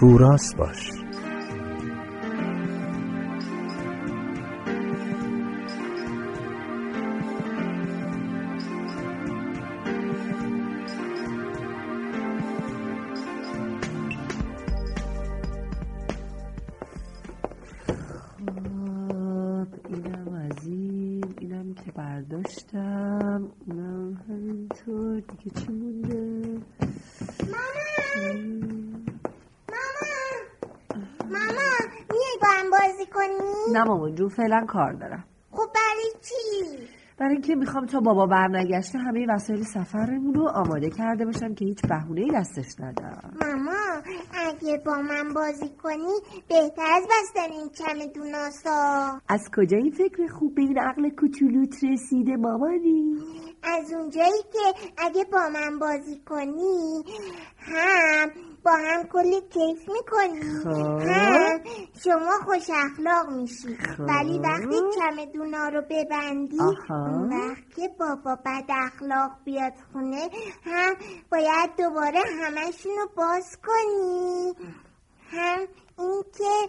رو راست باش خب، اینم از این اینم که برداشتم اونم همینطور دیگه چی مونده ماما میای با هم بازی کنی؟ نه مامان جون فعلا کار دارم خب برای چی؟ برای اینکه میخوام تا بابا برنگشته همه وسایل سفرمون رو آماده کرده باشم که هیچ بهونه ای دستش ندم ماما اگه با من بازی کنی بهتر از بستن این چمدوناسا از کجا این فکر خوب به این عقل کوچولوت رسیده مامانی از اونجایی که اگه با من بازی کنی هم با هم کلی کیف میکنی خب. هم شما خوش اخلاق میشی خب. ولی وقتی چمدونا رو ببندی آها. اون وقت که بابا بد اخلاق بیاد خونه هم باید دوباره همشون رو باز کنی هم اینکه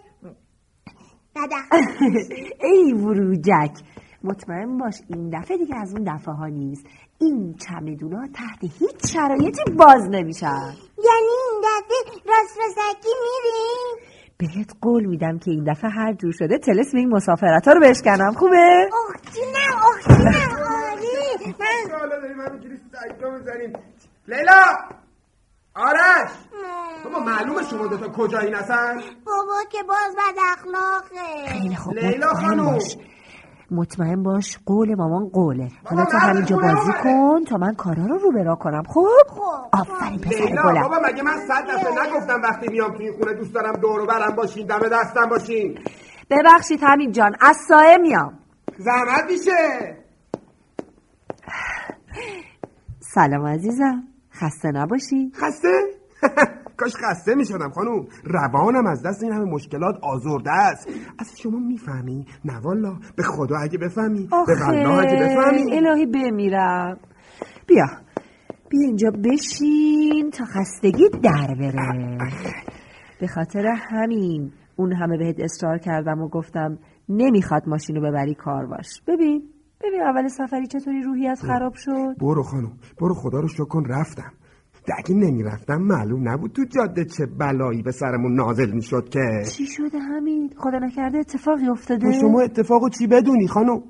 بد اخلاق ای وروجک مطمئن باش این دفعه دیگه از اون دفعه ها نیست این چمدونا تحت هیچ شرایطی باز نمیشن یعنی این دفعه راست راستکی میری بهت قول میدم که این دفعه هر جور شده تلس این مسافرت ها رو بشکنم خوبه؟ اوه جونم اوه جونم آره من حالا داریم همینجوری سگا میزنیم لیلا آرش بابا معلومه شما دوتا کجایی اصلا بابا که باز بد اخلاقه خیلی خوب لیلا مطمئن خانم. باش مطمئن باش قول مامان قوله حالا تو مرد همینجا خونه بازی اومده. کن تا من کارا رو روبرا کنم خب؟ خب. آفرین پسر لیلا گلم بابا مگه من صد دفعه نگفتم وقتی میام تو این خونه دوست دارم دور و برم باشین دم دستم باشین ببخشید همین جان از سایه میام زحمت میشه سلام عزیزم خسته نباشی خسته کاش خسته میشدم خانم روانم از دست این همه مشکلات آزرده است اصلا شما میفهمی نه والا به خدا اگه بفهمی به والله اگه بفهمی الهی بمیرم بیا بیا اینجا بشین تا خستگی در بره به خاطر همین اون همه بهت اصرار کردم و گفتم نمیخواد ماشین رو ببری کار باش ببین ببین اول سفری چطوری روحیت خب. خراب شد برو خانم برو خدا رو شکر کن رفتم ده اگه نمیرفتم معلوم نبود تو جاده چه بلایی به سرمون نازل میشد که چی شده همین خدا نکرده اتفاقی افتاده تو خب شما اتفاقو چی بدونی خانم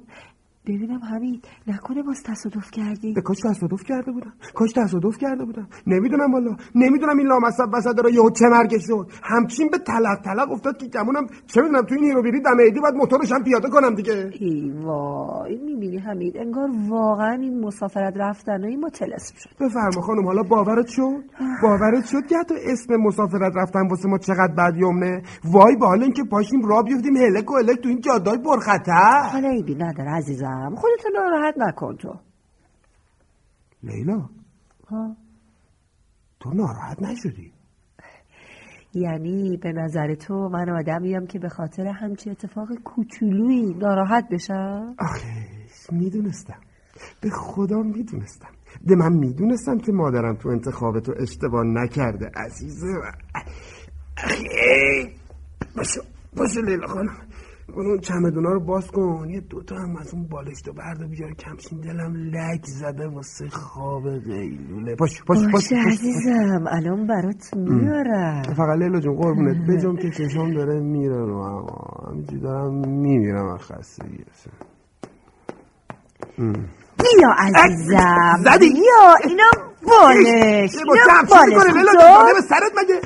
ببینم همین نکنه باز تصادف کردی به کاش تصادف کرده بودم کاش تصادف کرده بودم نمیدونم والا نمیدونم این لامصب وسط را یهو چه مرگه شد همچین به تلق تلق افتاد که گمونم چه میدونم تو این هیروبیری دم عیدی باید موتورش هم پیاده کنم دیگه ای وای میبینی حمید انگار واقعا این مسافرت رفتنهای ما طلسم شد بفرما خانم حالا باورت شد باورت شد که حتی اسم مسافرت رفتن واسه ما چقدر بد یمنه وای به حال اینکه پاشیم را بیفتیم هلک و هلک تو این جادای پرخطر حالا ایبی نداره عزیزم خودتو ناراحت نکن تو لیلا ها؟ تو ناراحت نشدی یعنی به نظر تو من آدمیم که به خاطر همچی اتفاق کوچولویی ناراحت بشم آخه میدونستم به خدا میدونستم ده من میدونستم که مادرم تو انتخاب تو اشتباه نکرده عزیز من. آخه، باشه باشه لیلا خانم برو اون چمدونا رو باز کن یه دوتا هم از اون بالشت و بردا بیار کمشین دلم لک زده واسه خواب قیلوله باش باش باش باشه عزیزم الان برات میارم فقط لیلا جون قربونت بجام که چشام داره میره رو هوا. همینجوری دارم میمیرم از خستگی بیا عزیزم زدی؟ بیا اینا بالش با اینا چمچه بالش میکنه لیلا خب جون تو؟ زده به سرت مگه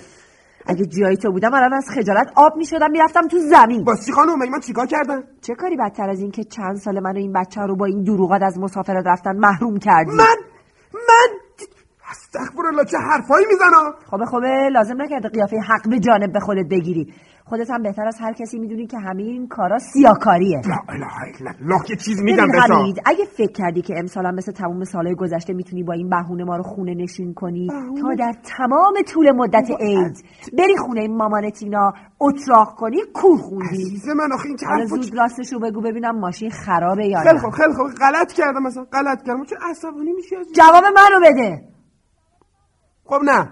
اگه جایی تو بودم الان از خجالت آب میشدم میرفتم تو زمین باسی خانم مگه من چیکار کردم چه کاری بدتر از این که چند سال من و این بچه رو با این دروغات از مسافرت رفتن محروم کردی من من استغفرالله چه حرفایی میزنم خب خوبه لازم نکرده قیافه حق به جانب به خودت بگیری خودت هم بهتر از هر کسی میدونی که همه این کارا سیاکاریه لا اله الا الله که چیز میگم ببین بشا حمید اگه فکر کردی که امسالم مثل تمام سالهای گذشته میتونی با این بهونه ما رو خونه نشین کنی تا در تمام طول مدت عید بری خونه مامانت اینا اتراق کنی کور خوندی عزیز من آخه این چه حالا حرفا زود راستش رو بگو ببینم ماشین خرابه یا خیلی نه خوب خیلی خوب غلط کردم مثلا غلط کردم چه عصبانی میشی عزیز جواب منو بده خب نه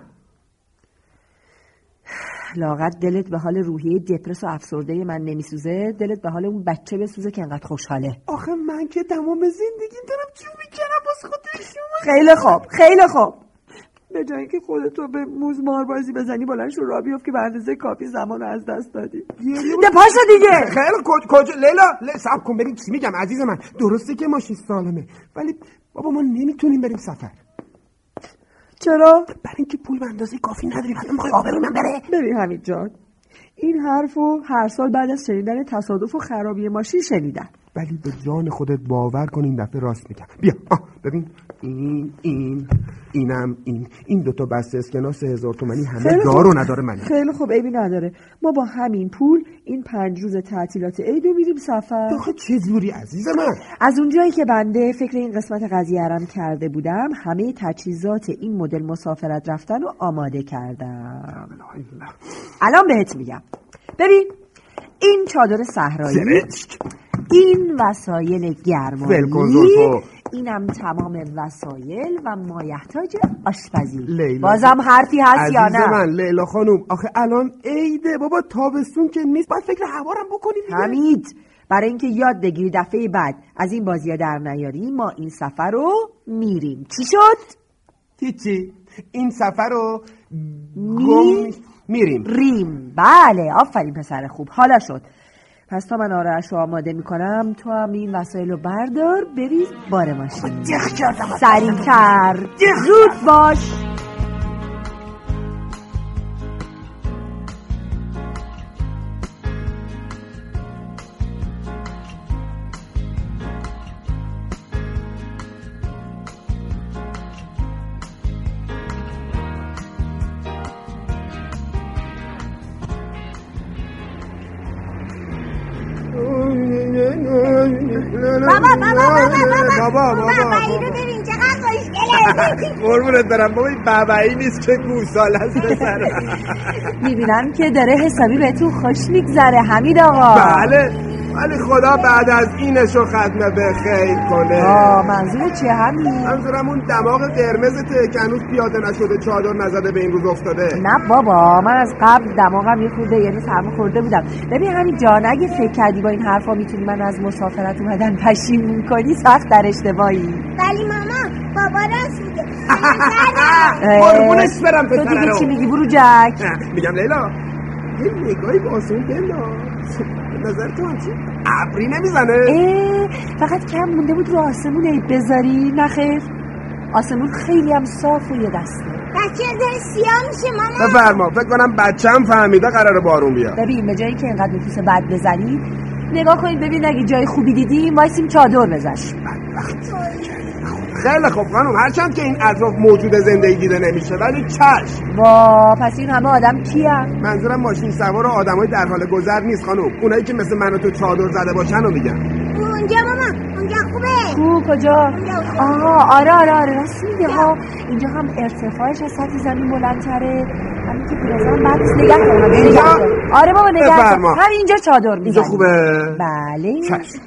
لاغت دلت به حال روحیه دپرس و افسرده من نمیسوزه دلت به حال اون بچه بسوزه که انقدر خوشحاله آخه من که تمام زندگیم دارم چی میکنم باز خودشون خیلی خوب خیلی خوب به جای اینکه خودتو به موز ماربازی بزنی بلند شو را بیفت که به اندازه کافی زمان رو از دست دادی ده پاشو دیگه خیلی کج- کجا لیلا ل- سب کن بریم چی میگم عزیز من درسته که ماشین سالمه ولی بابا ما نمیتونیم بریم سفر چرا برای اینکه پول به اندازه کافی نداریم حتی میخوای آبرو من بره ببین حمید جان این حرف رو هر سال بعد از شنیدن تصادف و خرابی ماشین شنیدم ولی به جان خودت باور کن این دفعه راست میگم بیا آه ببین این این اینم این این دوتا بسته اسکنا سه هزار تومنی همه خیلی خوب. دارو نداره من خیلی خوب عیبی نداره ما با همین پول این پنج روز تعطیلات عید رو میریم سفر آخه چه زوری عزیز من از اونجایی که بنده فکر این قسمت قضیه رم کرده بودم همه تجهیزات این مدل مسافرت رفتن رو آماده کردم الان بهت میگم ببین این چادر صحرایی زرشک. این وسایل گرمایی ول کن زلفو. اینم تمام وسایل و مایحتاج آشپزی لیلا. بازم حرفی هست یا عزیز نه من لیلا خانم آخه الان عیده بابا تابستون که نیست باید فکر هوارم بکنی دیگه. حمید برای اینکه یاد بگیری دفعه بعد از این بازی در نیاری ما این سفر رو میریم چی شد؟ هیچی این سفر رو می- گم میریم ریم بله آفرین پسر خوب حالا شد پس تا من آرش رو آماده میکنم تو هم این وسایل رو بردار بریز بار ماشین سریعتر زود باش بابا بابا بابا بابا آره، بابا اون بابا بابایی رو بابا. ببین چقدر خوشگله قربونت برم بابا این بابایی نیست که گوساله است پسرم میبینم که داره حسابی بهتون خوش میگذره حمید آقا بله ولی خدا بعد از اینشو ختم به خیر کنه آه منظور چیه حمید منظورم اون دماغ قرمزته که هنوز پیاده نشده چادر نزده به این روز افتاده نه بابا من از قبل دماغم یه خورده یعنی سرما خورده بودم ببین همین جان اگه فکر کردی با این حرفا میتونی من از مسافرت اومدن پشیمون کنی سخت در اشتباهی ولی ماما بابا راست میگه قربونش برم تو پسر دیگه رو. چی میگی برو جک نه، میگم لیلا یه نگاهی به آسمون بنداز به نظر تو همچین ابری نمیزنه اه، فقط کم مونده بود رو آسمون عیب بذاری نخیر آسمون خیلی هم صاف و یه دسته بچه داره سیاه میشه ماما بفرما فکر کنم بچم فهمیده قرار بارون بیاد ببین به جایی که اینقدر نفوس بد بزنی نگاه کنید ببین اگه جای خوبی دیدیم وایسیم چادر بزنش خیلی خوب خانم هرچند که این اطراف موجود زندگی دیده نمیشه ولی چشم وا پس این همه آدم کیه منظورم ماشین سوار و آدمای در حال گذر نیست خانم اونایی که مثل من و تو چادر زده باشن رو میگم اونجا ماما اونجا خوبه کو کجا آها آره آره آره راست میگه ها اینجا هم ارتفاعش از سطح زمین بلندتره همین که پیرزن بعد نگه دارم. اینجا؟ آره بابا نگه دارم. بفرما. همینجا چادر میزنی اینجا خوبه بله چشم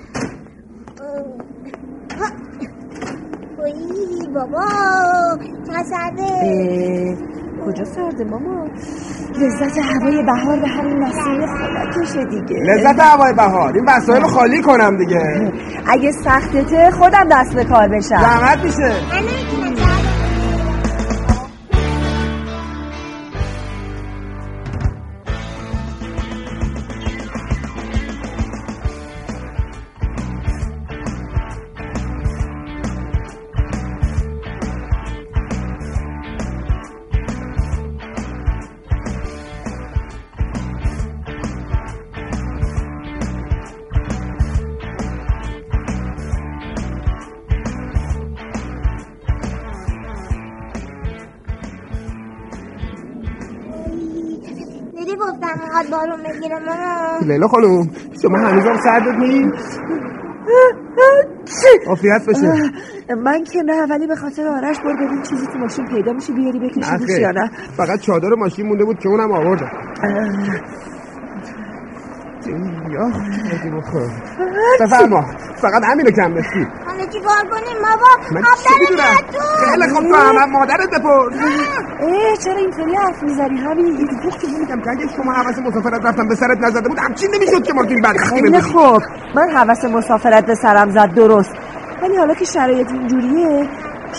اوی بابا چه سرده اه، کجا سرده ماما لذت هوای بهار به همین مسیر خدا کشه دیگه لذت هوای بهار این وسایل رو خالی کنم دیگه اگه سختته خودم دست به کار بشم زحمت میشه من نمیتونم سرده دیدی گفتم اینقدر بارون بگیره ماما لیلا خانم شما هنوزم سردت نیست عافیت بشه من که نه ولی به خاطر آرش برو ببین چیزی تو ماشین پیدا میشه بیاری بکشی نه دوش یا نه خیر. فقط چادر ماشین مونده بود که اونم آوردم یا، بخور. بفرما فقط همین رو کم داشتی حالا میخوای چیکار کنی بابا من چی آب میدونم داره تو خیلی خوب تو هم مادرت بپرس اه چرا اینطوری حرف میزنی همین گفت که میگم که اگه شما حواس مسافرت رفتم به سرت نزده بود همچین نمیشد که ما تو این بدبختی خیلی بمونیم خوب خب، من حوس مسافرت به سرم زد درست ولی حالا که شرایط اینجوریه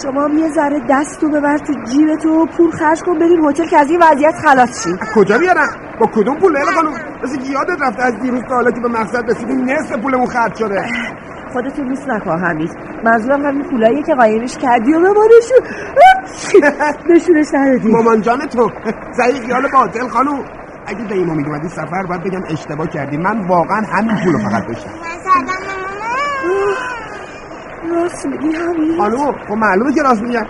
شما هم یه ذره دست رو ببر تو جیب تو پول خرج کن بریم هتل که از این وضعیت خلاص شی کجا بیارم با کدوم پول اله خانم مثل که یادت رفته از دیروز تا حالا که به مقصد رسیدیم نصف پولمون خرج شده خودتو لوس نکن حمید منظورم همین پولاییه که قایمش کردی و ببارشو نشونش ندادی مامان جان تو زهی خیال باطل خانم اگه به این امید اومدی سفر باید بگم اشتباه کردی من واقعا همین پولو فقط داشتم مثلا مامان راست میگی حمید خانم خب معلومه که راست میگم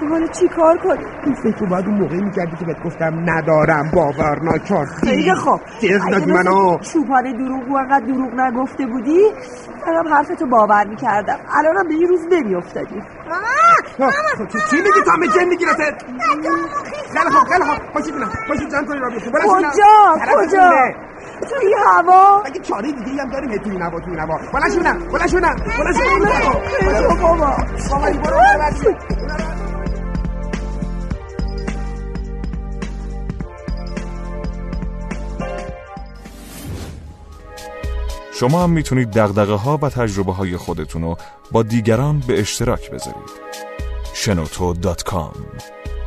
خب حالا چی کار کنی این فکر رو باید اون موقعی میکردی که بهت گفتم ندارم باور ناچار خیلی خب تیغ اگه دادی مثل منو چوپان دروغگو انقدر دروغ نگفته بودی منم حرفتو باور میکردم الانم به این روز نمیافتادی خب، چی چی میگی تو همه جن میگیرته خیلی خوب خیلی خوب باشی بینم باشی جمع کنی را بیخی کجا کجا تو این هوا اگه چاره دیگه هم داریم توی نوا توی نوا بلشونم بلشونم بلشونم خیلی بلشونم خوب، خب. بابا بابا این برو بلشونم شما هم میتونید دقدقه ها و تجربه های خودتون رو با دیگران به اشتراک بذارید شنوتو.com